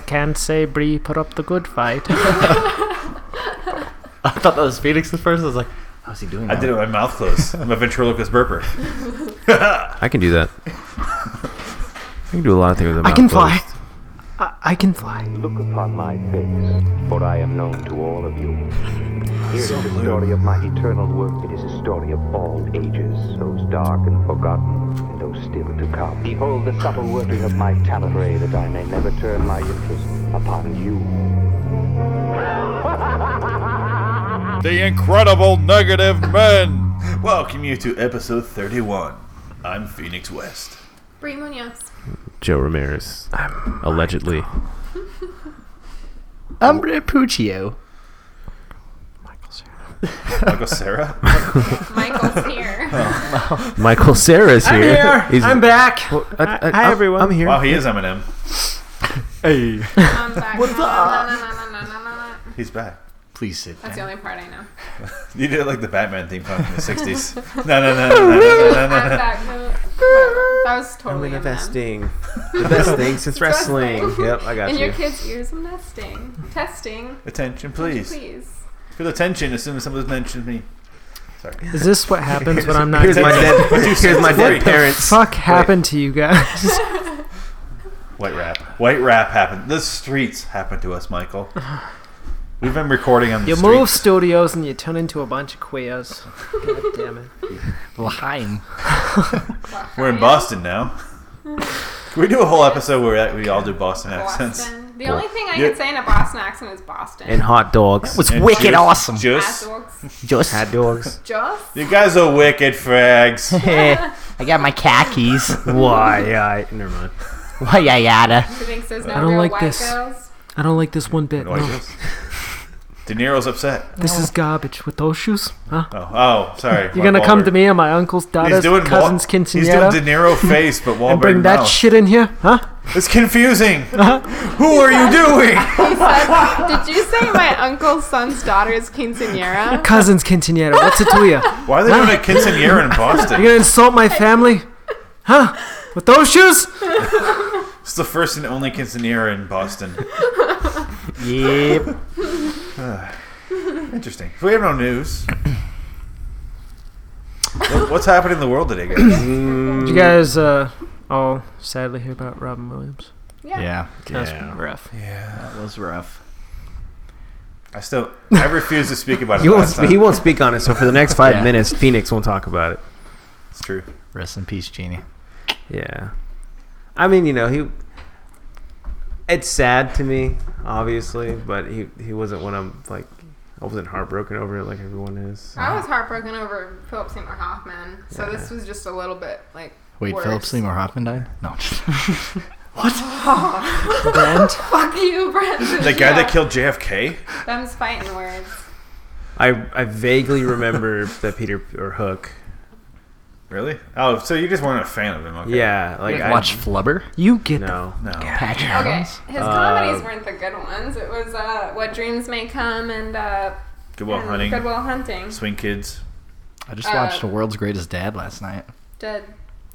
can't say Bree put up the good fight. I thought that was Felix at first. I was like, how's he doing? I that? did it with my mouth closed. I'm a ventriloquist burper. I can do that. I can do a lot of things with my I can mouth fly. closed. I, I can fly. Look upon my face, for I am known to all of you. Here is the story of my eternal work. It is a story of all ages, those dark and forgotten, and those still to come. Behold the subtle working of my talent, pray that I may never turn my interest upon you. The incredible negative men. Welcome you to episode 31. I'm Phoenix West. Bree Munoz. Joe Ramirez, allegedly. Umbra Puccio. Michael Sarah. Michael's here. Michael Sarah's here. I'm here. He's- I'm back. I- I- Hi, I'm- everyone. I'm here. Wow, he is Eminem. Hey. I'm back. What's up? He's back. Please sit. That's the only part I know. You did like the Batman theme song from the 60s. No, no, no, no, no, no, no, no, no. I'm back. No, whatever. That was totally in a Eminem. vesting. The best thing since wrestling. Wrestling. Yep, I got In you. your kids' ears, I'm nesting. Testing. Attention, please. Please. Feel the tension as soon as someone mentions me. Is this what happens when I'm not? Here's here? my dead. Here's my What dead the parents. Fuck happened to you guys. White rap. White rap happened. The streets happened to us, Michael. We've been recording on the You streets. move studios and you turn into a bunch of queers. God damn it. Laheim. We're in Boston now. Can we do a whole episode where we all do Boston accents? Boston. The only thing I Yeah. could say in a Boston accent is Boston. And hot dogs. was And wicked juice- awesome. Hot Juice. dogs. Just. hot dogs. Just. You guys are wicked frags. I got my khakis. Why? I, never mind. Why, yeah, yada. Who thinks there's no I don't real like white this. girls? I don't like this one bit. No, Oh, I No. just- De Niro's upset. This is garbage. With those shoes, huh? Oh, oh, sorry. You're Mark gonna come Wahlberg. to me and my uncle's He's daughter's doing Wal- cousin's He's doing De quinceanera Niro face, but Wahlberg and bring that mouth. shit in here, huh? It's confusing. Who are you doing? He said, Did you say my uncle's son's daughter is quinceanera? Cousin's quinceanera. What's it to you? You're Why are they doing a quinceanera in Boston? gonna insult my family, huh? With those shoes? It's the first and only quinceanera in Boston. Yep. Interesting. If we have no news, What- what's happening in the world today, guys? Did you guys uh, all sadly hear about Robin Williams? Yeah, That's rough. that was rough. I still, I refuse to speak about it. He won't, Last sp- he time. won't speak on it. So for the next five Yeah. minutes, Phoenix won't talk about it. It's true. Rest in peace, Genie. Yeah. I mean, you know, he. It's sad to me, obviously, but he he wasn't one I'm like. I wasn't heartbroken over it like everyone is. I was heartbroken over Philip Seymour Hoffman, so this was just a little bit like. Wait, worse. Philip Seymour Hoffman died? No. Brent? Fuck you, Brent. The guy that killed JFK? killed. Them's fighting words. I I vaguely remember that Peter or Hook. Really? Oh, so you just weren't a fan of him? Okay. Yeah, like I Watch Flubber. You get the No, No. Patrick Okay, Adams. his comedies Uh, weren't the good ones. It was uh, What Dreams May Come and uh, Goodwill and Hunting. Goodwill Hunting. Swing Kids. I just watched Uh, The World's Greatest Dad last night. Dead,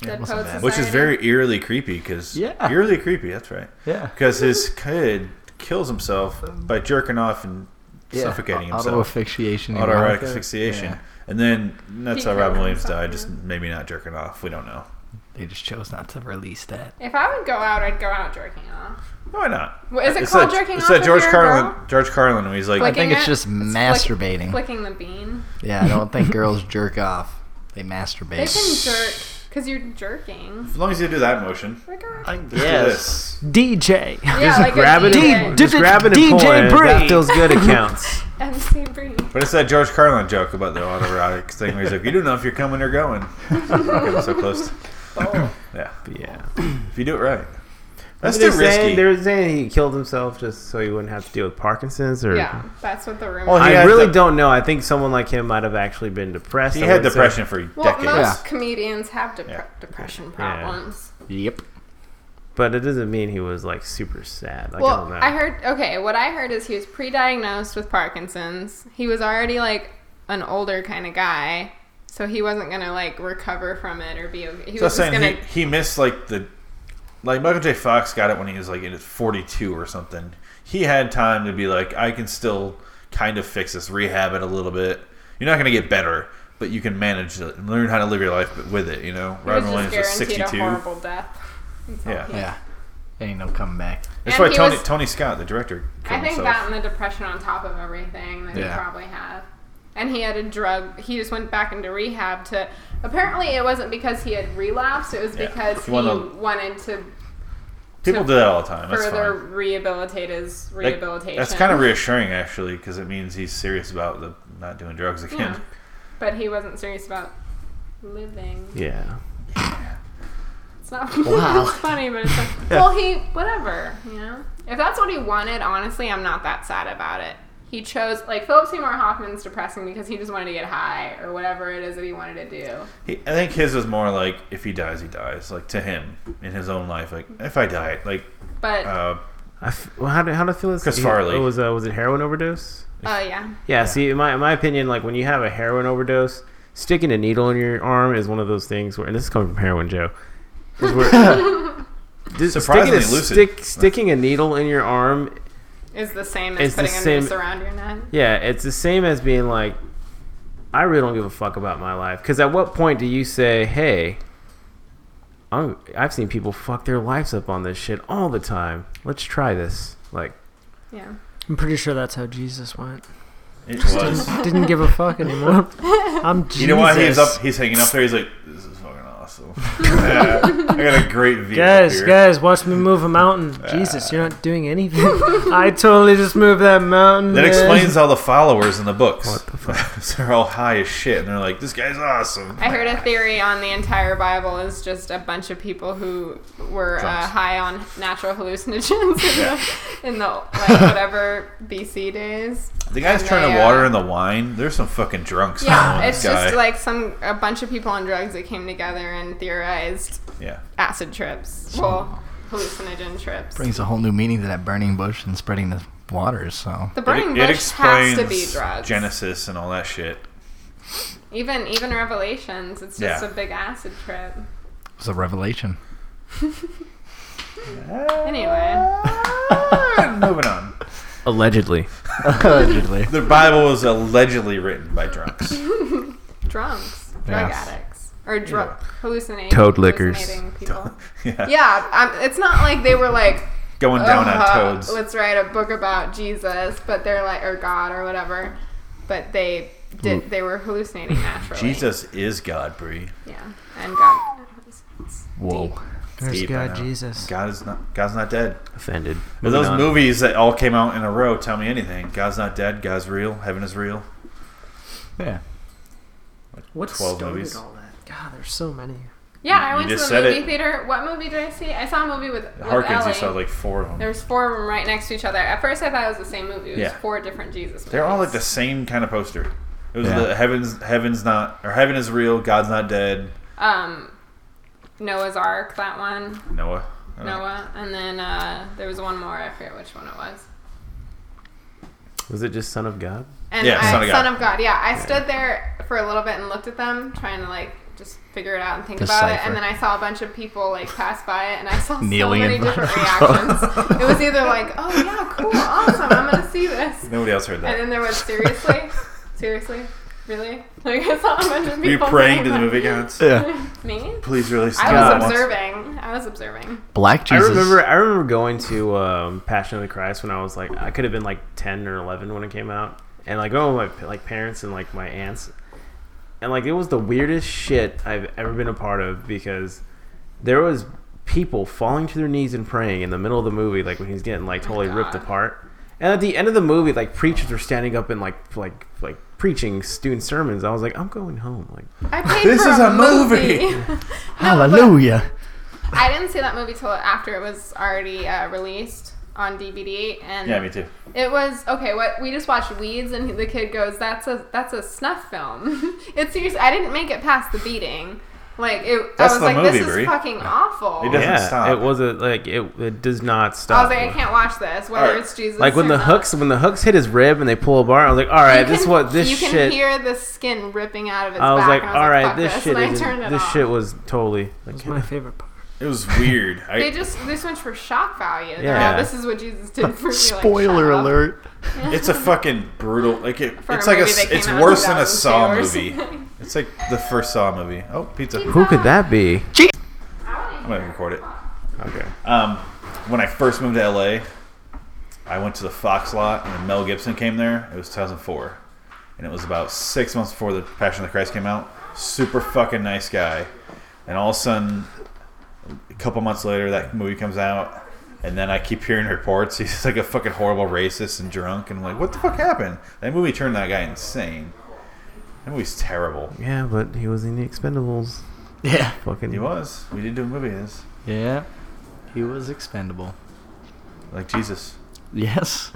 Dead wasn't Poets bad. Which is Society. very eerily creepy because. Yeah. Eerily creepy, that's right. Yeah. Because his kid kills himself by jerking off and suffocating Auto himself. asphyxiation. Auto asphyxiation. Yeah. And then that's He how Robin killed Williams himself, died, just yeah. maybe not jerking off. We don't know. They just chose not to release that. If I would go out, I'd go out jerking off. Why not? Well, is it It's called that- jerking it's off? that if George you're a Carlin. girl? George Carlin, when he's like, Like- I think Flicking it's it? just It's flick- masturbating. Flicking the bean. Yeah, I don't think girls jerk off. They They can masturbate. jerk because you're jerking. as long as you do that motion. Like, uh, I just do guess. this. DJ. yeah, like grab a it, DJ. and, just DJ grab it and Bree. pull it. That feels good. It counts. MC Bree. But it's that George Carlin joke about the autoerotic thing where he's like, you don't know if you're coming or going. Getting so close. yeah. yeah. If you do it right. That's They too were risky. saying, they were saying he killed himself just so he wouldn't have to deal with Parkinson's or. Yeah, that's what the rumor. Well, he I had really the- don't know. I think someone like him might have actually been depressed. He I had would say. depression for Well, decades. most Yeah. comedians have depre- Yeah. depression problems. Yep. but it doesn't mean he was like super sad. Like, I don't Well, know. I heard. Okay, what I heard is he was pre-diagnosed with Parkinson's. He was already like an older kind of guy, so he wasn't gonna like recover from it or be okay. He So was just saying gonna. he, he missed like the like Michael J. Fox got it when he was like in his 42 or something. He had time to be like, I can still kind of fix this, rehab it a little bit. You're not going to get better, but you can manage it and learn how to live your life with it. You know, He Robin was just Williams was guaranteed a 62. horrible death. That's all Yeah. he- Yeah. Ain't no coming back. That's And why he Tony was- Tony Scott, the director, I killed think himself. that and the depression on top of everything that Yeah. he probably had. And he had a drug. He just went back into rehab to. Apparently, it wasn't because he had relapsed. It was Yeah. because He he wanted- wanted to People do that all the time. That's further fine. rehabilitate his That- rehabilitation. that's kind of reassuring, actually, because it means he's serious about the not doing drugs again. Yeah. But he wasn't serious about living. Yeah. It's not Wow. it's funny, but it's like, well, he whatever, you know. If that's what he wanted, honestly, I'm not that sad about it. He chose like Philip Seymour Hoffman's depressing because he just wanted to get high or whatever it is that he wanted to do. He, I think his was more like if he dies, he dies. Like to him in his own life. Like if I die, like But oh uh, I f- well, how did how did I feel this? Chris Farley. It was uh, was it heroin overdose? uh, yeah, Yeah, See, in my in my opinion, like when you have a heroin overdose, sticking a needle in your arm is one of those things where, and this is coming from heroin Joe, is where. Just sticking, Surprisingly a, lucid. stick, sticking a needle in your arm is the same It's as the putting a noose same- around your neck. Yeah, it's the same as being like, I really don't give a fuck about my life. Because at what point do you say, hey, I'm, I've seen people fuck their lives up on this shit all the time. Let's try this. Like, Yeah, I'm pretty sure that's how Jesus went. it was. Didn't give a fuck anymore. I'm Jesus. You know why he's up? He's hanging up there. He's like, this is fucking awesome. Yeah, I got a great view. up Guys, here. guys, watch me move a mountain. Jesus, you're not doing anything. I totally just moved that mountain. That man. explains all the followers in the books. What the they're all high as shit, and they're like, "This guy's awesome." I heard a theory on the entire Bible is just a bunch of people who were uh, Drunks. high on natural hallucinogens in the, in the like whatever BC days. The guy's And trying to they, uh, water in the wine. There's some fucking drunks. Yeah, following it's this guy. just like some a bunch of people on drugs that came together and theorized yeah. acid trips, well, hallucinogen trips. Brings a whole new meaning to that burning bush and spreading the waters, so. the It, burning it bush has to be explains drugs. Genesis and all that shit. Even even Revelations, it's just Yeah. a big acid trip. It was a revelation. Anyway, Ah, Moving on. allegedly. Allegedly. The Bible was allegedly written by drunks. drunks, drug Yeah. addicts, or drug hallucinating Toad lickers. hallucinating people. yeah. yeah, um, it's not like they were like Going down "Uh, on toads. Let's write a book about Jesus, but they're like or God or whatever. But they did. They were hallucinating naturally. Jesus is God, Bree. Yeah, and God. Whoa. There's Deep, I God, know. Jesus. God is not. God's not dead. Offended. But Moving those on. movies that all came out in a row tell me anything. God's not dead. God's real. Heaven is real. Yeah. What 12 started movies. all that? God, there's so many. Yeah, You I went to just the said movie it. theater. What movie did I see? I saw a movie with, with Harkins, Ellie. you saw like four of them. there was four of them right next to each other. At first, I thought it was the same movie. It was Yeah. four different Jesus. They're all like movies. the same kind of poster. It was Yeah. the heavens, heavens not, or heaven is real. God's not dead. um, Noah's Ark, that one, Noah. I don't know. Noah, and then uh, there was one more. I forget which one it was. Was it just Son of God? And Yeah, I, Son of God. Yeah, I stood there for a little bit and looked at them, trying to like just figure it out and think about it. Decipher. And then I saw a bunch of people like pass by it, and I saw Kneeling so many in front different of reactions. it was either like, "Oh yeah, cool, awesome, I'm gonna see this," and Nobody else heard that. then there was seriously, seriously, really. Like I saw a bunch of people. Were you praying to the movie gods? Yeah. Me? Please release. I God. was observing. I was observing. Black Jesus. I remember I remember going to um, Passion of the Christ when I was like I could have been like ten or eleven when it came out, and like oh my like parents and like my aunts, and like it was the weirdest shit I've ever been a part of because there was people falling to their knees and praying in the middle of the movie like when he's getting like totally ripped Oh God. apart, and at the end of the movie like preachers were standing up and like like like preaching student sermons. I was like I'm going home like. I paid This for is a, a movie. movie. Hallelujah. I didn't see that movie till after it was already uh, released on DVD, and Yeah, me too. It was okay. What we just watched Weeds, and the kid goes, "That's a that's a snuff film." it's serious. I didn't make it past the beating. Like it, That's I was the like, movie, "This is Brie." fucking awful." It doesn't yeah, stop. it wasn't like it. It does not I stop. was like, "I Oh, can't watch this." Whether Alright. it's Jesus, like when or the not. hooks when the hooks hit his rib and they pull a bar, I was like, all You right, this can- what this you shit. can hear the skin ripping out of its I was back. like, and all right, fuck this shit and I is turned it this off. shit was totally That was like my favorite part. It was weird. They I, just this much for shock value. They're Yeah. all, this is what Jesus did for me. Spoiler like, shut up. alert. it's a fucking brutal. Like it, For it's like a. movie s- that It's came out in worse than a 2002 Saw or movie. something. It's like the first Saw movie. Oh, pizza! Pizza. I'm Who could that be? gonna record it. Okay. Um, when I first moved to LA, I went to the Fox lot, and when Mel Gibson came there. It was 2004, and it was about six months before the Passion of the Christ came out. Super fucking nice guy, and all of a sudden, a couple months later, that movie comes out, and then I keep hearing reports he's like a fucking horrible racist and drunk, and I'm like, what the fuck happened? That movie turned that guy insane. That movie's terrible. Yeah, but he was in the Expendables. Yeah. Fucking. He was. We did do a movie of this, Yeah. He was expendable. like Jesus. Yes.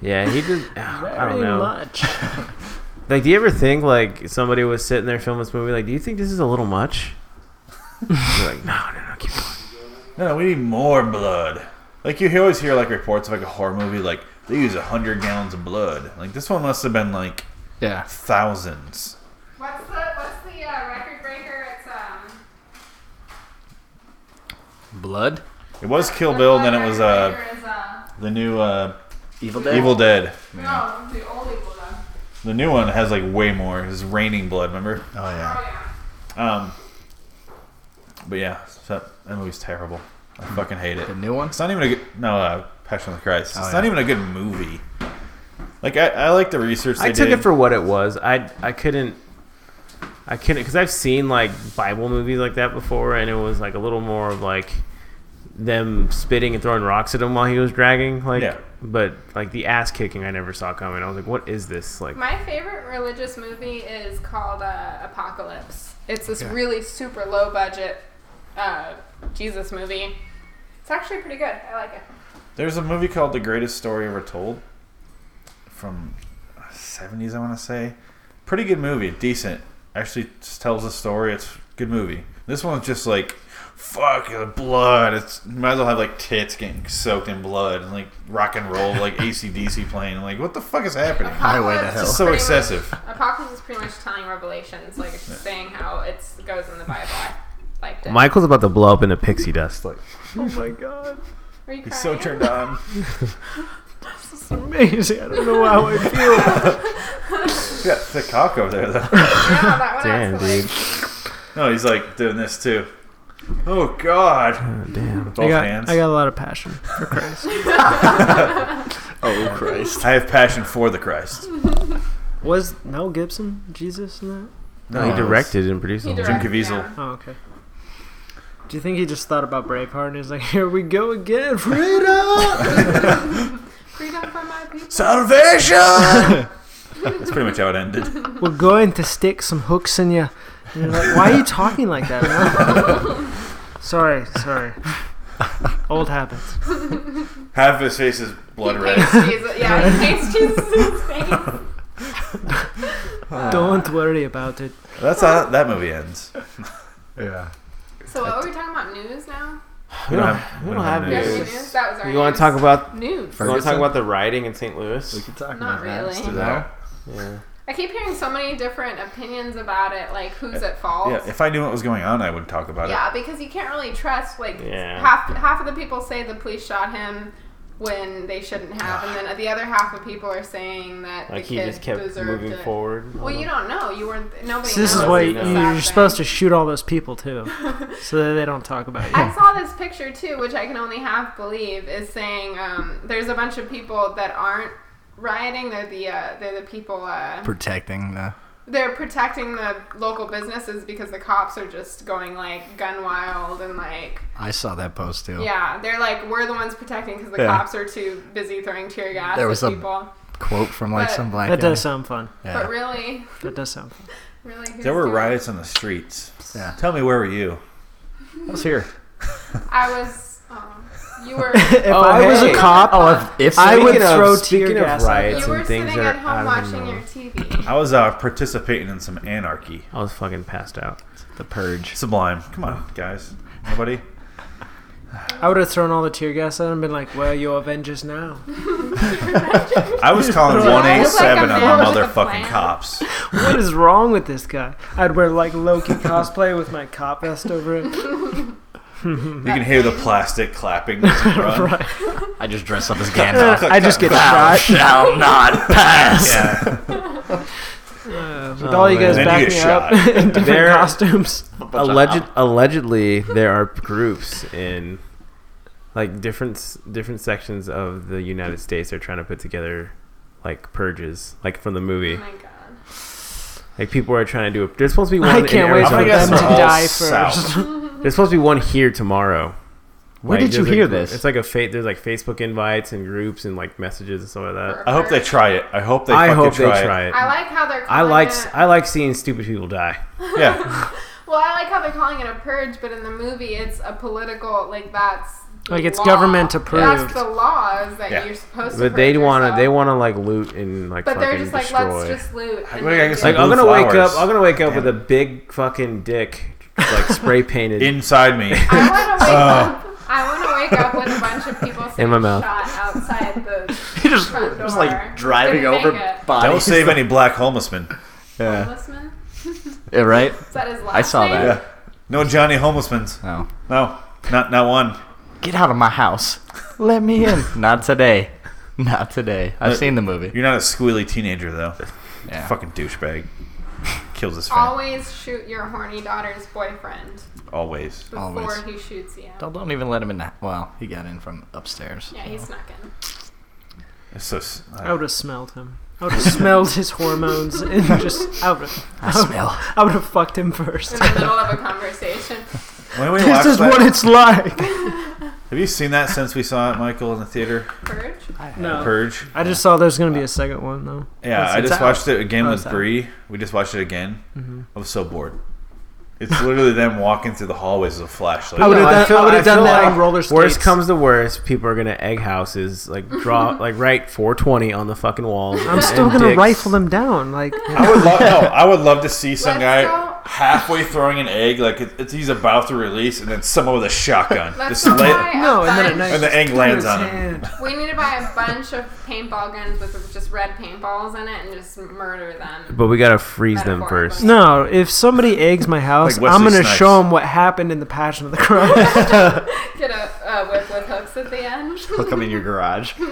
Yeah, he did. ah, I don't Very know. much. Like, do you ever think like somebody was sitting there filming this movie? Like, do you think this is a little much? You're like, no, no, no, keep going. No, no, we need more blood. Like you always hear like reports of like a horror movie, like they use hundred gallons of blood. Like this one must have been like Yeah. thousands. What's the what's the uh, record breaker? It's um. Blood. It was Kill the Bill, blood then it was record uh breaker is, uh, the new uh Evil Evil Dead. No, oh, the old Evil Dead. The new one has like way more. It's raining blood. Remember? Oh yeah. Oh yeah. Um. But yeah, so that movie's terrible. I fucking hate it. The new one. It's not even a good no uh, Passion of the Christ. It's Oh, not yeah. even a good movie. Like I, I like the research. They I took did. it for what it was. I I couldn't. I couldn't because I've seen like Bible movies like that before, and it was like a little more of like them spitting and throwing rocks at him while he was dragging. Like, Yeah. but like the ass kicking, I never saw coming. I was like, what is this? Like, My favorite religious movie is called uh, Apocalypse. It's this really super low budget uh, Jesus movie. It's actually pretty good. I like it. There's a movie called The Greatest Story Ever Told from 70s, I want to say. Pretty good movie, decent. Actually just tells a story. It's a good movie. This one's just like fuck the blood. It's might as well have like tits getting soaked in blood and like rock and roll like ACDC playing. like what the fuck is happening? Highway to Apocalypse Hell. is It's so pretty much- excessive. Apocalypse is pretty much telling Revelations, like it's just saying how it's goes in the Bible. I liked it. Michael's about to blow up into pixie dust. Like, Are you He's so crying? turned on. It's amazing. I don't know how I feel. He's got thick cock over there though. Yeah, that one damn, actually. dude, No, he's like doing this too. Oh god. damn. With both I got, hands. I got a lot of passion for Christ. Oh Christ. I have passion for the Christ. Was Mel Gibson Jesus in that? No, Oh. he directed and produced. He the whole Jim directed, Caviezel. yeah. Oh, okay. Do you think he just thought about Braveheart and he's like, here we go again, freedom? Freedom for my people. Salvation! That's pretty much how it ended. We're going to stick some hooks in you. And you're like, why are you talking like that, man? sorry, sorry. Old habits. Half his face is blood he red. hates Jesus. Yeah, he hates Jesus' face. Don't worry about it. That's how that movie ends. Yeah. So what were we talking about? News now? We don't have, we don't have Yeah, News. news. That was our. You want news. to talk about? news? You want to Ferguson? talk about the rioting in St. Louis? could talk Not really. Let's do No. that. Yeah. I keep hearing so many different opinions about it, like who's at fault. Yeah, if I knew what was going on, I would talk about Yeah, because you can't really trust. Like Yeah. half half of the people say the police shot him when they shouldn't have, and then the other half of people are saying that Like the he kid just kept deserved moving it. forward. Well, you don't know. You weren't. Nobody. So this is knows. why This you- the Yeah. sad you're thing. supposed to shoot all those people, too, so that they don't talk about you. I saw this picture too, which I can only half believe is saying um, there's a bunch of people that aren't rioting. They're the uh, they're the people. Uh, Protecting the. they're protecting the local businesses because the cops are just going like gun wild and like I saw that post too. yeah they're like we're the ones protecting because the Yeah. cops are too busy throwing tear gas There at was a- people. Quote from like But- some black. That guy. does sound fun. But Yeah. really, That does sound fun. really, who's it. There were doing- riots on the streets. Yeah. Tell me, where were you? I was here. I was. Um, you were. If Oh, I was a hey. cop, Oh, if, if I Speaking would of- throw speaking tear of gas. at riots- them. You Some were things are sitting at out home of watching the your norm. TV. I was uh, participating in some anarchy. I was fucking passed out. the purge. Sublime. Come on, guys. Nobody? I would have thrown all the tear gas at him and been like, well, you're Avengers now. I was calling Dude, I look like a 187 on man the with a motherfucking plan. cops. What is wrong with this guy? I'd wear like Loki cosplay with my cop vest over it. You can hear the plastic clapping. as you run. I just dress up as Gandalf. Uh, I just get Thou shot. shall not pass. Yeah. With all you guys And then you backing get up shot. in different There- costumes. Alleged, allegedly, there are groups in like different s- different sections of the United States are trying to put together like purges, like from the Oh movie. my god. Like people are trying to do. A, there's supposed to be one. I can't in wait for Arizona. them to they're all die south. first. There's supposed to be one here tomorrow. Where Like, did you there's a hear gr- this? It's like a fa- there's like Facebook invites and groups and like messages and stuff like that. For a I hope they bird. try it. I hope they. I fucking hope try they try it. I like how they're. I calling like it- I like seeing stupid people die. Yeah. Well, I like how they're calling it a purge, but in the movie, it's a political like that's the Like, it's law. government approved. That's the law is that Yeah. you're supposed to. But they want want to to. they want to like loot and like But they're fucking just like, destroy. let's just loot. and Well, I guess do like it." I'm Blue gonna wake flowers. up. I'm gonna wake up Damn. with a big fucking dick, like spray painted. Inside me. I want to wake up. I want to wake up with a bunch of people In my mouth. shot outside the He just, Front just door. like driving Couldn't over make it. bodies. Don't save any black homelessman. Yeah. policeman. Yeah, right? Is that his last I saw name? that. Yeah. No Johnny homelessmans. No. No. Not not one. Get out of my house. Let me in. Not today. Not today. I've Look, seen the movie. You're not a squealy teenager though. Yeah. Fucking douchebag. Kills his family. Always shoot your horny daughter's boyfriend Always. before Always. he shoots you. Don't, don't even let him in that. Well, he got in from upstairs. Yeah, he snuck in. It's so. s- I would have smelled him. I would have smelled his hormones and just I would have, I smell. I would have fucked him first. In the middle of a conversation. When we This watched is that- what it's like. have you seen that since we saw it, Michael, in the theater? Purge? No. Purge. I just saw there's gonna be a second one though. Yeah, It's- I it's just out. watched it again Oh, with it's out. Bree. We just watched it again. I was so bored. It's literally them walking through the hallways with a flashlight. I would No, have done, feel- I would have done feel that like on roller skates. Worst comes to worst, people are gonna egg houses, like draw, like write 420 on the fucking walls. I'm still gonna rifle them down. Like I would love. No, I would love to see some Let's guy go- halfway throwing an egg, like it, it's, he's about to release, and then someone with a shotgun Let's just lay, try a no, and then at bunch- night and the egg lands on him. We need to buy a bunch of paintball guns with just red paintballs in it and just murder them. But we gotta freeze them Metaphorically. first. No, if somebody eggs my house, Like Wesley I'm gonna Snipes. show them what happened in the Passion of the Christ. Get a uh, whip with hooks at the end. Look him in your garage.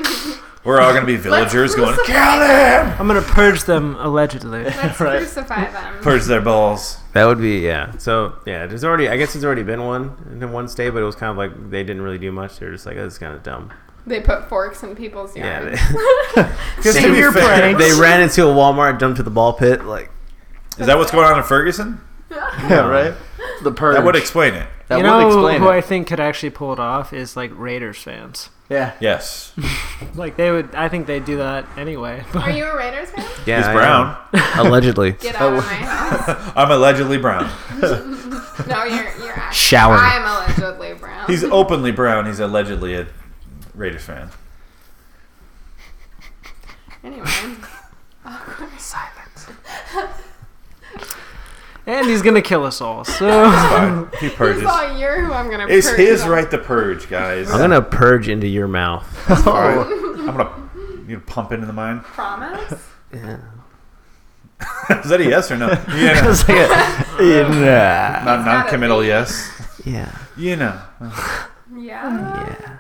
We're all gonna be villagers going crucify- kill him, I'm gonna purge them allegedly. Let's crucify them. purge their balls. That would be yeah. So yeah, there's already. I guess there's already been one in the one state, but it was kind of like they didn't really do much. They're just like that's kind of dumb. They put forks in people's Yeah, yards. Just to be your fair, pranks. They ran into a Walmart, dumped to the ball pit. Like Is that what's going on in Ferguson? yeah, right? The purge. That would explain it. That you would know explain who it. I think could actually pull it off is like Raiders fans. yeah. Yes, Like they would, I think they'd do that anyway. Are you a Raiders fan? yeah, he's I brown. am. allegedly. Get Oh. out of my house. I'm allegedly brown. No, you're you're actually. Shower. I'm allegedly brown. He's openly brown. He's allegedly a Raiders fan. anyway. Silence. and he's gonna kill us all. So Fine. He purges. It's all you who I'm gonna. It's purge his them. right to purge, guys. I'm gonna purge into your mouth. I'm gonna you know, pump into the mine. Promise. Is that a yes or no? Yeah, It's like a- yeah. not non-committal. Yes. Yeah, You know, Yeah. yeah.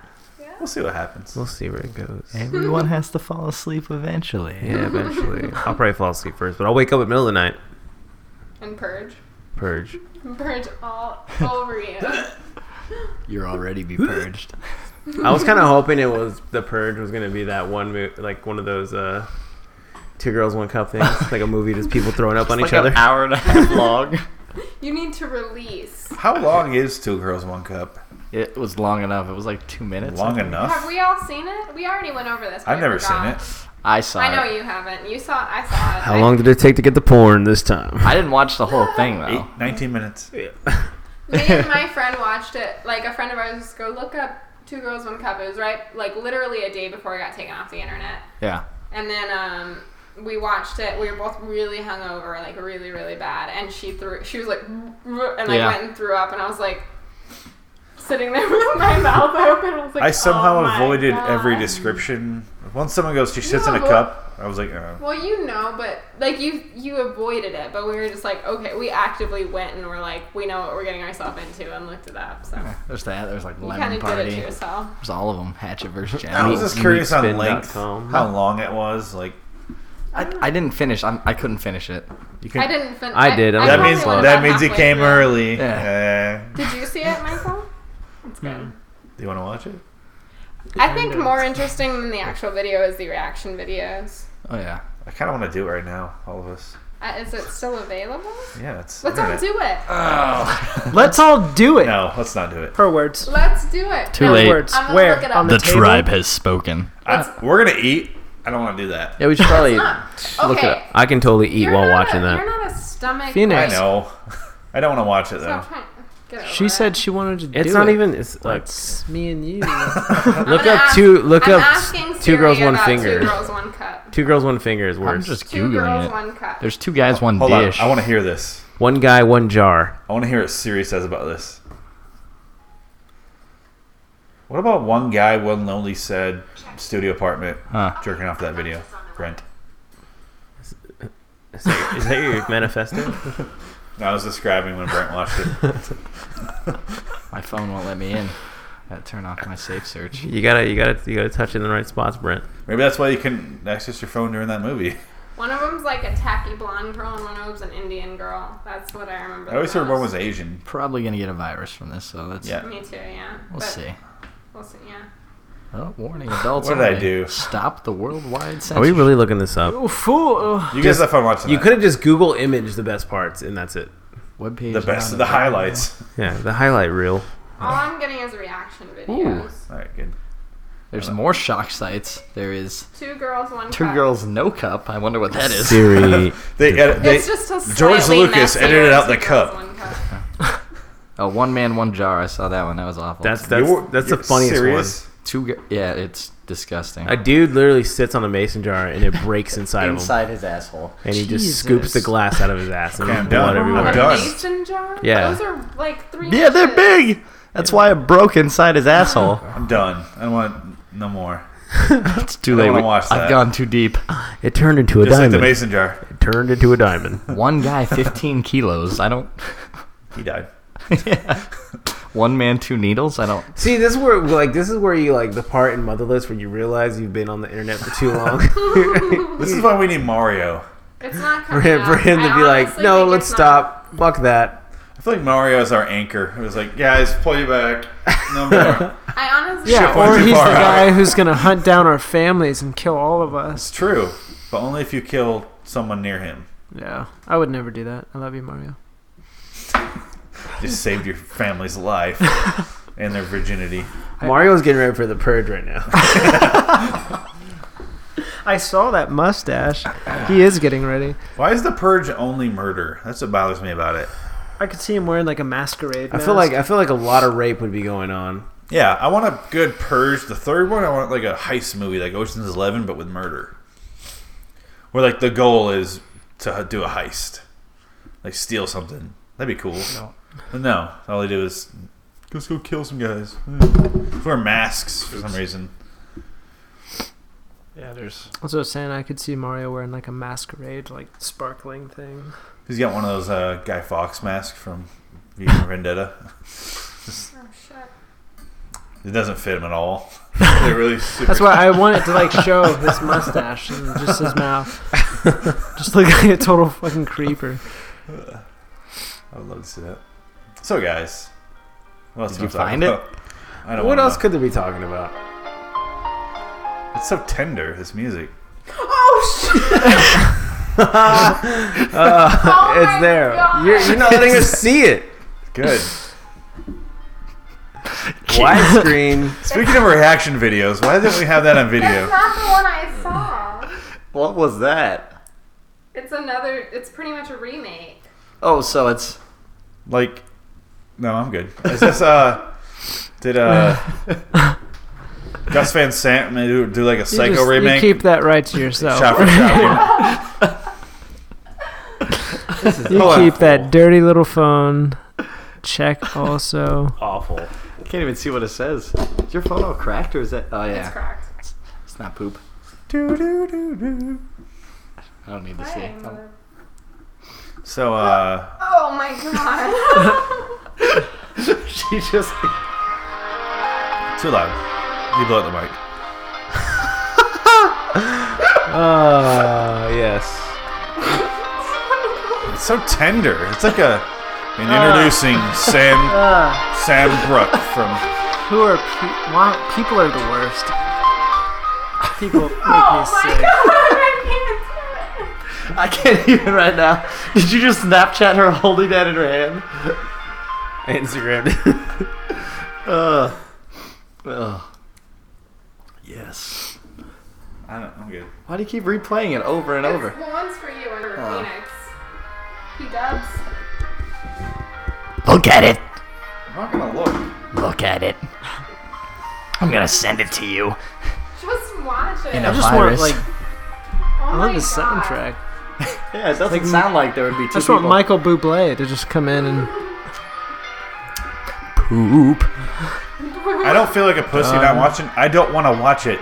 we'll see what happens. We'll see where it goes. Everyone has to fall asleep eventually. Yeah, eventually. I'll probably fall asleep first, but I'll wake up in the middle of the night. And purge. Purge. Purge all over you. You're already be purged. I was kind of hoping it was the Purge was gonna be that one mo- like one of those uh, two girls one cup things, like a movie just people throwing up on each like other. an hour and a half long. You need to release. How long is two girls one cup? it was long enough. It was like two minutes. Long Have enough? we all seen it? We already went over this. but I've I never seen forgot. it. I saw I know it. you haven't. You saw. I saw it. How I- long did it take to get the porn this time? I didn't watch the whole thing Eight, though. Oh. 19 minutes. Me and my friend watched it. Like a friend of ours, just go look up Two Girls One Cup. It was right, like literally a day before I got taken off the internet. Yeah. And then um, we watched it. We were both really hungover, like really, really bad. And she threw. She was like, and I Yeah. went and threw up. And I was like, sitting there with my mouth open. I was like, I somehow "Oh my avoided God." every description. Once someone goes, she sits No, in a but- cup. I was like, uh, Well, you know, but like you you avoided it, but we were just like, okay, we actively went and were like, we know what we're getting ourselves into and looked it up. So There's that. There's like you kind Lemon of did it Party. to yourself. There's all of them. Hatchet versus Jack. I was just curious on length, meatspin.com. how long it was. Like I, I didn't finish. I'm, I couldn't finish it. you I can. didn't fin- I did, and I that That probably means went that about means it halfway came through. early. Uh, Did you see it, Michael? It's good. do you want to watch it? I think more interesting than the actual video is the reaction videos. Oh yeah. I kind of want to do it right now. All of us. Uh, is it still available? Yeah, it's. Let's all internet. Oh. do it. Let's all do it. No, let's not do it. Her words. Let's do it. Too No, late. Words. I'm gonna Where? look it up. On the, The table? has spoken. I, we're gonna eat. I don't want to do that. Yeah, we should probably Okay. look it up. I can totally eat You're while not watching a, that. You're not a stomach. Phoenix. I know. I don't want to watch it though. Stop trying- get over She it. said she wanted to do it. It's not even. It's like That's me and you. look gonna up ask- two. Look I'm up asking two girls, Siri one about finger. Two girls, one cup. Two girls, one finger is I'm worse. just Two googling girls, it. one cup. There's two guys, one Hold dish. on. I want to hear this. One guy, one jar. I want to hear what Siri says about this. What about one guy, one lonely, sad studio apartment Huh. jerking off that video? Brent. Is that- is that your manifesto? I was describing when Brent watched it. My phone won't let me in. Gotta turn off my safe search. You gotta, you gotta, you gotta touch it in the right spots, Brent. Maybe that's why you couldn't access your phone during that movie. One of them's like a tacky blonde girl, and one of them's an Indian girl. That's what I remember. I always the heard one was most. Asian. Probably gonna get a virus from this, so that's Yeah. Me too. Yeah. We'll But see. We'll see. Yeah. Oh, warning, adults. What did I only. do? Stop the worldwide censorship. Are we really looking this up? oh, fool. You guys have fun watching You that. could have just Google image the best parts, and that's it. Webpage The best, not the available. highlights. Yeah, the highlight reel. All I'm getting is reaction videos. All right, good. There's more shock sites. There is Two girls, one two cup. girls, no cup. I wonder what that is. Siri. They, edit they It's just a George slightly Lucas messier edited out two the girls, cup. one cup. Oh, one man, one jar. I saw that one. That was awful. That's that's You're- that's you're the funniest serious? two. Gu- yeah, it's disgusting. one. A dude literally sits on a mason jar and it breaks inside of him, Inside his asshole. and he Jesus. just scoops the glass out of his ass and Okay, I'm there's done. blood I'm everywhere. done. A mason jar? Yeah. Those are like three. Yeah, they're inches. big. That's why it broke inside his asshole. I'm done. I don't want no more. it's too I late. don't We- wanna watch that. I've gone too deep. It turned into a Just like diamond. the mason jar. It turned into a diamond. One guy, 15 kilos. I don't. He died. One man, two needles. I don't. See, this is where like this is where you like the part in Motherless where you realize you've been on the internet for too long. This is why we need Mario. It's not for coming him, out. for him to I be like, honestly no, think let's it's not- stop. Fuck that. I feel like Mario is our anchor. It was like, guys, pull you back. No more. I honestly. Yeah, went or too he's the far. guy who's going to hunt down our families and kill all of us. it's true, but only if you kill someone near him. Yeah, I would never do that. I love you, Mario. Just saved your family's life and their virginity. Mario's getting ready for the purge right now. I saw that mustache. He is getting ready. Why is the purge only murder? That's what bothers me about it. I could see him wearing like a masquerade. I feel like I feel like a lot of rape would be going on. Yeah, I want a good purge. The third one, I want like a heist movie, like Ocean's Eleven, but with murder. Where like the goal is to h- do a heist, like steal something. That'd be cool. But no, all they do is let's go kill some guys. Mm. Wear masks for some reason. Yeah, there's. That's what I was saying. I could see Mario wearing like a masquerade, like sparkling thing. He's got one of those uh, Guy Fox masks from V for Vendetta. Oh, shit. It doesn't fit him at all. They're really super. That's why I wanted to like show his mustache and just his mouth. just look like a total fucking creeper. I would love to see that. So, guys, what else Did you do we talk find it? about? I don't. What wanna else know. could they be talking about? It's so tender. This music. Oh shit! oh my it's there. God. You're, you're not letting us see it. Good. Widescreen. Speaking of reaction videos, why didn't we have that on That's video? not the one I saw. What was that? It's another. It's pretty much a remake. Oh, so it's. Like, no, I'm good. Is this uh? Did uh? Gus Van Sant may do, do like a You Psycho just- you remake? keep that right to yourself. Shot for shot. You Hold on. keep that dirty little phone. Check also. Awful. I can't even see what it says. Is your phone all cracked or is that. Oh, It's yeah. cracked. It's not poop. Do, do, do, do. I don't need to see. Dang, mother- So, uh, Oh my god. she just. too loud. You blow out the mic. Ah, yes. It's so tender. It's like a. And Uh. introducing Sam Sam Brooke from Who are pe- wow, people are the worst. People make me oh my sick. god, I can't do it. I can't even right now. Did you just Snapchat her holding that in her hand? I Instagrammed. Ugh. Ugh. Yes. I don't, I'm good. Why do you keep replaying it over and It's- over? The one's for you under Phoenix. He dubs. Look at it. I'm not gonna look. Look at it. I'm gonna send it to you. Just watch it. In I a- just want Virus. like oh I my love his God. soundtrack. Yeah, it doesn't Like- sound like there would be two I just want people. Michael Bublé to just come in and poop. I don't feel like a pussy Uh. not watching. I don't want to watch it,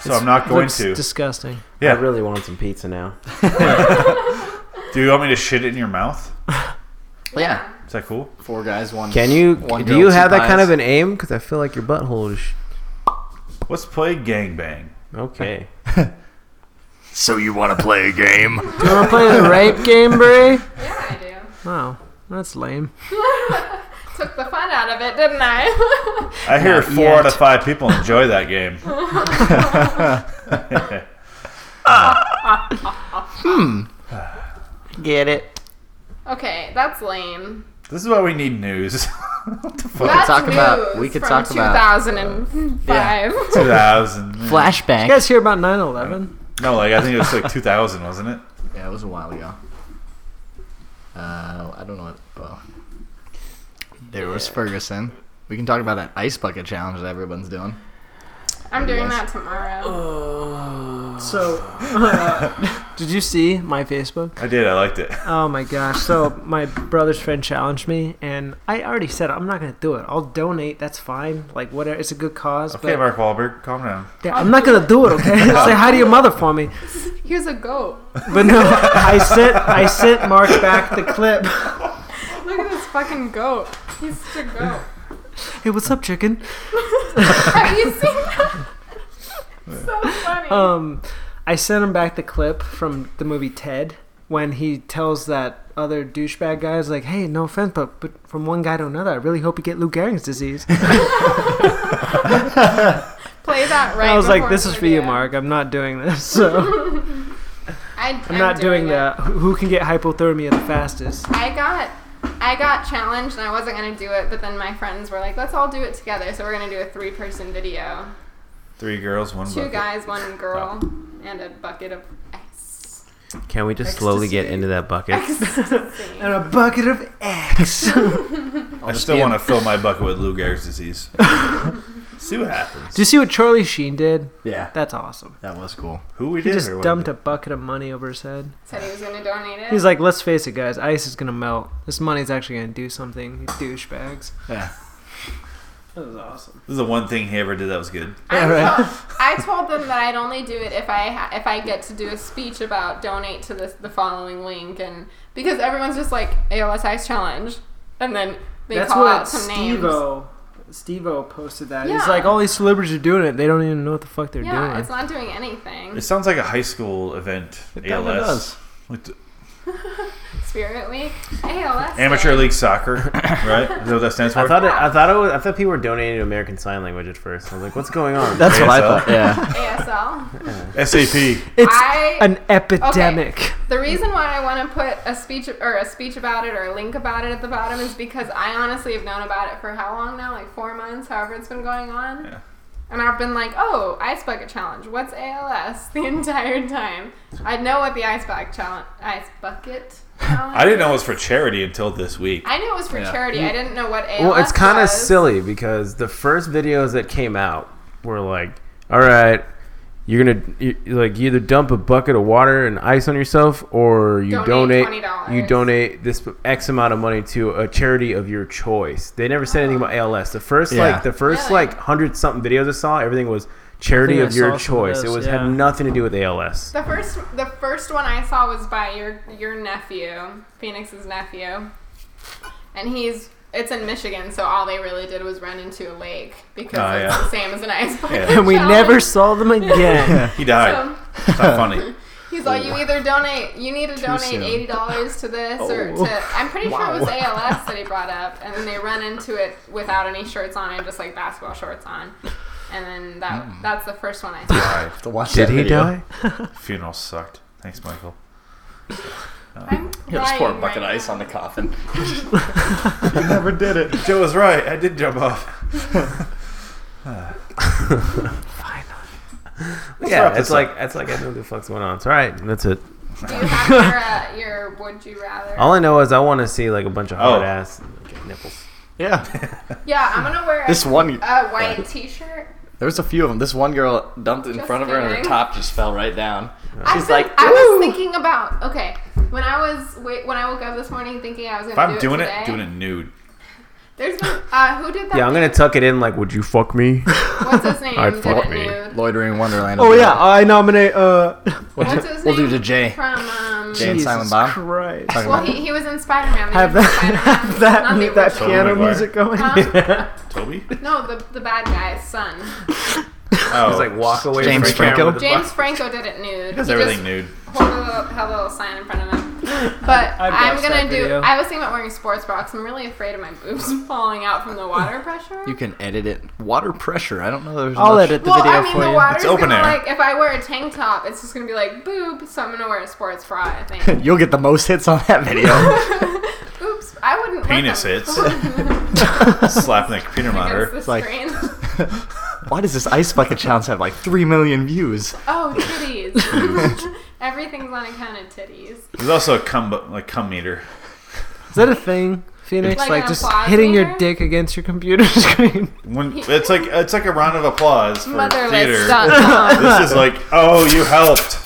so I'm not going looks to. disgusting. yeah. I really want some pizza now. Do you want me to shit it in your mouth? Yeah. Is that cool? Four guys, one. Can you? One do girl, you two have that kind pies. of an aim? Because I feel like your butthole is. Sh- Let's play gangbang. okay. So you want to play a game? Do you want to play the rape game, Brie? Yeah, I do. Wow, that's lame. Took the fun out of it, didn't I? I hear four yet. out of five people enjoy that game. Get it. okay, that's lame. this is why we need news. what the fuck? That's talk news about- we could from talk about, 2005. 2000. You Flashback. guys hear about 9/11? No, like I think it was like 2000, wasn't it? Yeah, it was a while ago. Uh, I don't know what. Well, there was Ferguson. We can talk about that ice bucket challenge that everyone's doing. I'm doing that tomorrow. So, did you see my Facebook? I did. I liked it. Oh my gosh. So my brother's friend challenged me and I already said I'm not gonna do it. I'll donate, that's fine. Like whatever it's a good cause. Okay, but Mark Wahlberg, calm down. Yeah, I'm not gonna do it, okay? Say hi to your mother for me. Here's a goat. But no, I sent I sent Mark back the clip. Look at this fucking goat. He's such a goat. Hey, what's up, chicken? Have you seen that? so funny. Um I sent him back the clip from the movie Ted when he tells that other douchebag guy is like, Hey, no offense, but, but from one guy to another, I really hope you get Lou Gehrig's disease. Play that right. I was like, before This is for you, video. Mark. I'm not doing this. So I, I'm not doing it. the who who can get hypothermia the fastest. I got I got challenged and I wasn't gonna do it, but then my friends were like, "Let's all do it together." So we're gonna do a three-person video: Three girls, one two bucket. guys, one girl, and a bucket of ice. Can we just slowly get into that bucket? And a bucket of X. Do I still want to fill my bucket with Lou Gehrig's disease. See what happens. you see what Charlie Sheen did? Yeah, That's awesome. that was cool. Who we He did just or what dumped we a bucket of money over his head. Said he was gonna donate it. He's like, let's face it, guys, ice is gonna melt. This money's actually gonna do something. You douchebags. Yeah, That was awesome. did? This is the one thing he ever did that was good. I, Yeah, right. told, I told them that I'd only do it if I ha- if I get to do a speech about donate to this the following link, and because everyone's just like ALS Ice Challenge, and then they That's call what out some names. Stevo. Stevo posted that. He's Yeah. like, all these celebrities are doing it. They don't even know what the fuck they're Yeah, doing. it's not doing anything. It sounds like a high school event. ALS. Like the- Spirit Week, ALS. Amateur Day. league soccer, right? Is that what that stands for? I thought it, I thought it was, I thought people were donating to American Sign Language at first. I was like, what's going on? That's what I ASL. thought. Yeah, ASL. SAP. it's I- an epidemic. The reason why I want to put a speech or a speech about it or a link about it at the bottom is because I honestly have known about it for how long now? Like four months, however it's been going on. Yeah. And I've been like, oh, ice bucket challenge. What's ALS? The entire time. I know what the ice bucket challenge. Ice bucket. Challenge I didn't know it was for charity until this week. I knew it was for Yeah. charity. I didn't know what ALS. Well, it's kind of was. silly because the first videos that came out were like, all right, you're gonna you, like you either dump a bucket of water and ice on yourself, or you Donate donate, $20. you donate this x amount of money to a charity of your choice. They never said anything about ALS. The first Yeah. like the first Really? like hundred something videos I saw, everything was charity I of saw your some of choice. those, it was yeah. had nothing to do with ALS. The first, the first one I saw was by your your nephew, Phoenix's nephew, and he's it's in Michigan, so all they really did was run into a lake because Ah, Oh, it's yeah. the same as an ice bucket. Yeah. and we challenge. never saw them again. He died. So It's not funny. he's like, you either donate, you need to donate soon. Oh. eighty dollars to this or to. I'm pretty sure it was ALS that he brought up, and then they run into it without any shirts on and just like basketball shorts on, and then that Hmm. that's the first one I saw. Died. To watch Did that he video. die? Funeral sucked. Thanks, Michael. Um, I'm He'll just pour a crying bucket of right ice now. on the coffin. You never did it. Joe was right. I did jump off. Yeah, wrap it's this like that's like I know what the fuck's going on. It's all right. That's it. Do you have your, uh, your would you rather? All I know is I want to see like a bunch of Oh. hard ass nipples. Yeah. Yeah, I'm gonna wear This a, one, a white T-shirt. there was a few of them. This one girl dumped it in Just front of her, and her kidding. top just fell right down. I've She's been, like, I "Ooh." was thinking about okay when I was wait, when I woke up this morning thinking I was If gonna I'm do doing it it, today. doing it nude. There's been uh, who did that? Yeah, I'm gonna tuck it in. Like, would you fuck me? What's his name? I'd Did fuck it me. nude. Loitering Wonderland. oh yeah, I nominate. Uh, What's his We'll name? do the J. From um. J. And Jesus Silent Bob? Christ. Talking Well, about he, he was in Spider Man. Have that, have that, Not the that original. piano Tobey Maguire. music going. Huh? Toby? no, the the bad guy's son. Oh. Just like walk away. James from the camera Franco? with the James Franco did it nude. He does He everything just nude. hold a little, held a little sign in front of him. But I've I'm watched gonna that do. video. I was thinking about wearing sports bra 'cause I'm really afraid of my boobs falling out from the water pressure. You can edit it. Water pressure. I don't know. There's I'll much- edit the well, video I mean, for the you. water's It's open gonna air. like if I wear a tank top, it's just gonna be like boob. So I'm gonna wear a sports bra. I think. You'll get the most hits on that video. Oops, I wouldn't. let Penis them- hits. Slapping the computer Against monitor. the like- screen. Why does this ice bucket challenge have like three million views? oh, titties. Everything's on account of titties. There's also a cum, bu- like, cum meter. Is that a thing, Phoenix? Like Like, an just applause hitting meter? your dick against your computer screen. When It's like it's like a round of applause for Motherless theater. dot com. This is like, oh, you helped.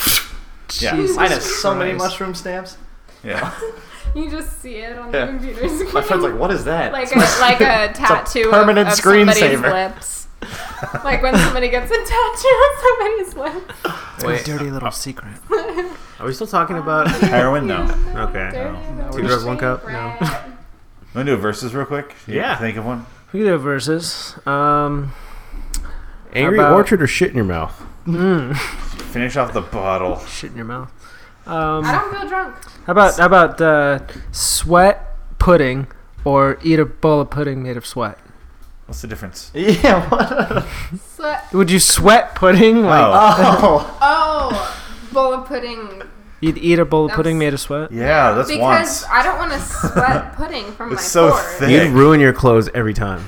Yeah. Mine has so many Christ. mushroom stamps. Yeah. You just see it on Yeah. the computer screen. My friend's like, "What is that?" like a, like a tattoo permanent of, of somebody's screensaver. lips. like when somebody gets a tattoo of somebody's lips. It's my dirty little secret. Are we still talking about? Heroin? No. You Uh, Okay. Two Two girls, one cup? No. want to do a verses real quick? You Yeah. Think of one? We could do verses. Um, Angry How about- Orchard or shit in your mouth? Finish off the bottle. shit in your mouth. I Um, don't feel drunk. how about how about uh, sweat pudding or eat a bowl of pudding made of sweat? What's the difference? yeah. What? So, Would you sweat pudding? Like Oh. Oh. oh, bowl of pudding. you'd eat a bowl of pudding That's- made of sweat? Yeah, that's Because once. I don't want to sweat pudding from It's my so pores. thick. You'd ruin your clothes every time.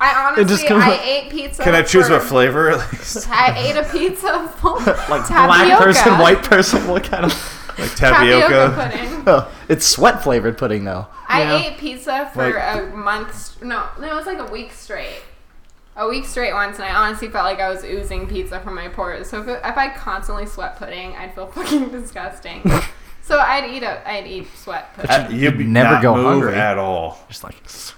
I It honestly, just comes I up- ate pizza. Can I choose for- what flavor? At least? I ate a pizza full Like like black person, white person. What kind of? Like tapioca, tapioca. pudding. Oh, it's sweat flavored pudding though. I Yeah. ate pizza for Like- a month. st- No, no, it was like a week straight. A week straight once, and I honestly felt like I was oozing pizza from my pores. So if, it, if I constantly sweat pudding, I'd feel fucking disgusting. so I'd eat a, I'd eat sweat pudding. Uh, You'd You'd never not go move hungry. at all. Just like It's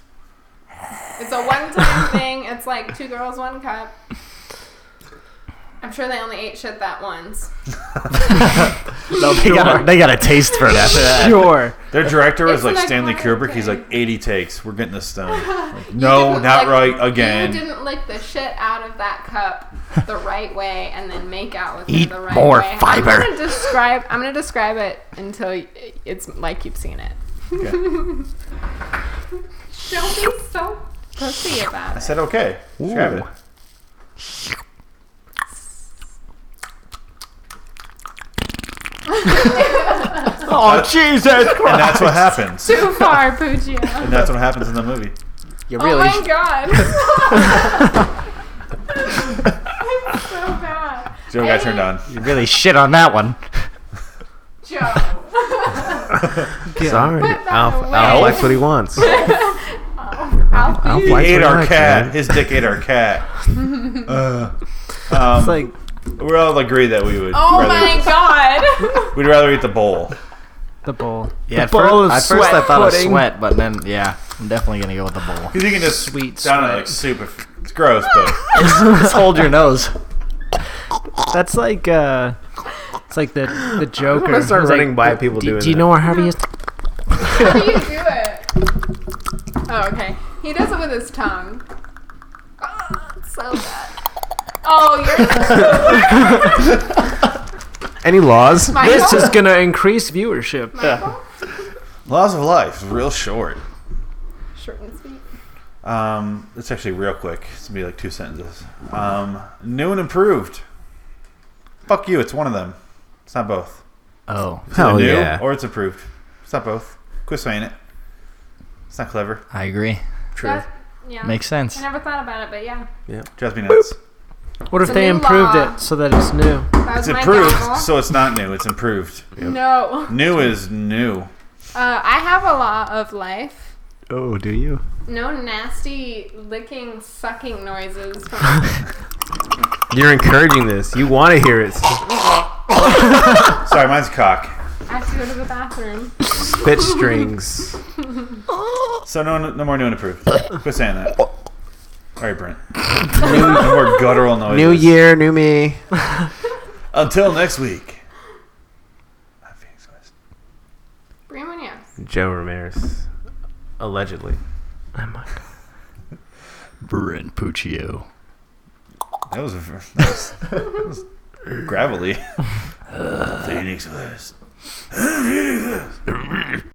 a one-time thing. It's like two girls, one cup. I'm sure they only ate shit that once. no, they got a, they got a taste for it after that. Sure. Their director It's is like like Stanley one Kubrick. He's thing. like 80 takes. We're getting this done. Like, no, didn't not lick- right You again. didn't lick the shit out of that cup the right way, and then make out with Eat it the right more way. fiber. I'm gonna describe. I'm gonna describe it until y- it's like you've seen it. Don't be so pussy about I it. said okay. Grab it. Oh Jesus And that's what happens. Too far, Puccio. And that's what happens in the movie. You Oh really? my god. I'm so bad. Joe got turned on. you really shit on that one. Joe. Sorry, that Alf, away. Alf likes what he wants. Alf I'll likes be- what He he ate our likes, cat. man. His dick ate our cat. Uh, It's um, like we all agree that we would. Oh rather, my god. We'd rather eat the bowl. the bowl. Yeah, at, The bowl of first, at first I sweat thought pudding. of sweat, but then yeah, I'm definitely gonna go with the bowl. Because you can just Sweet down it sweat. like soup. If, it's gross, but Just hold your nose. That's like uh, it's like the the Joker. gonna start It's like, running by "Do- people do, doing Do you that." know where Harvey is? How do you do it? Oh, okay. He does it with his tongue. Oh, it's so bad. Oh, you're Any laws? my This is gonna increase viewership. Laws of Life is real short. Short and sweet. Um, it's actually real quick. It's gonna be like two sentences. Um, new and improved. Fuck you. It's one of them. It's not both. Oh, It's either Hell new yeah. or it's approved. It's not both. Quit saying it. It's not clever. I agree. True. That- yeah. Makes I sense. never thought about it, but yeah. Drives me nuts. What if It's a they new improved law. it so that it's new? That was It's my improved, downfall. so it's not new. It's improved. No. New is new. Uh, I have a law of life. Oh, do you? No nasty licking, sucking noises. From- You're encouraging this. You want to hear it. Sorry, mine's cock. I have to go to the bathroom. Spit strings. So no, no more new and improved. Quit saying that. All right, Brent. no more guttural noises. New year, new me. Until next week. I'm Phoenix West. Brie Munoz. Joe Ramirez. Allegedly. Brent Puccio. That was, that was, that was gravelly. Phoenix West. Phoenix West.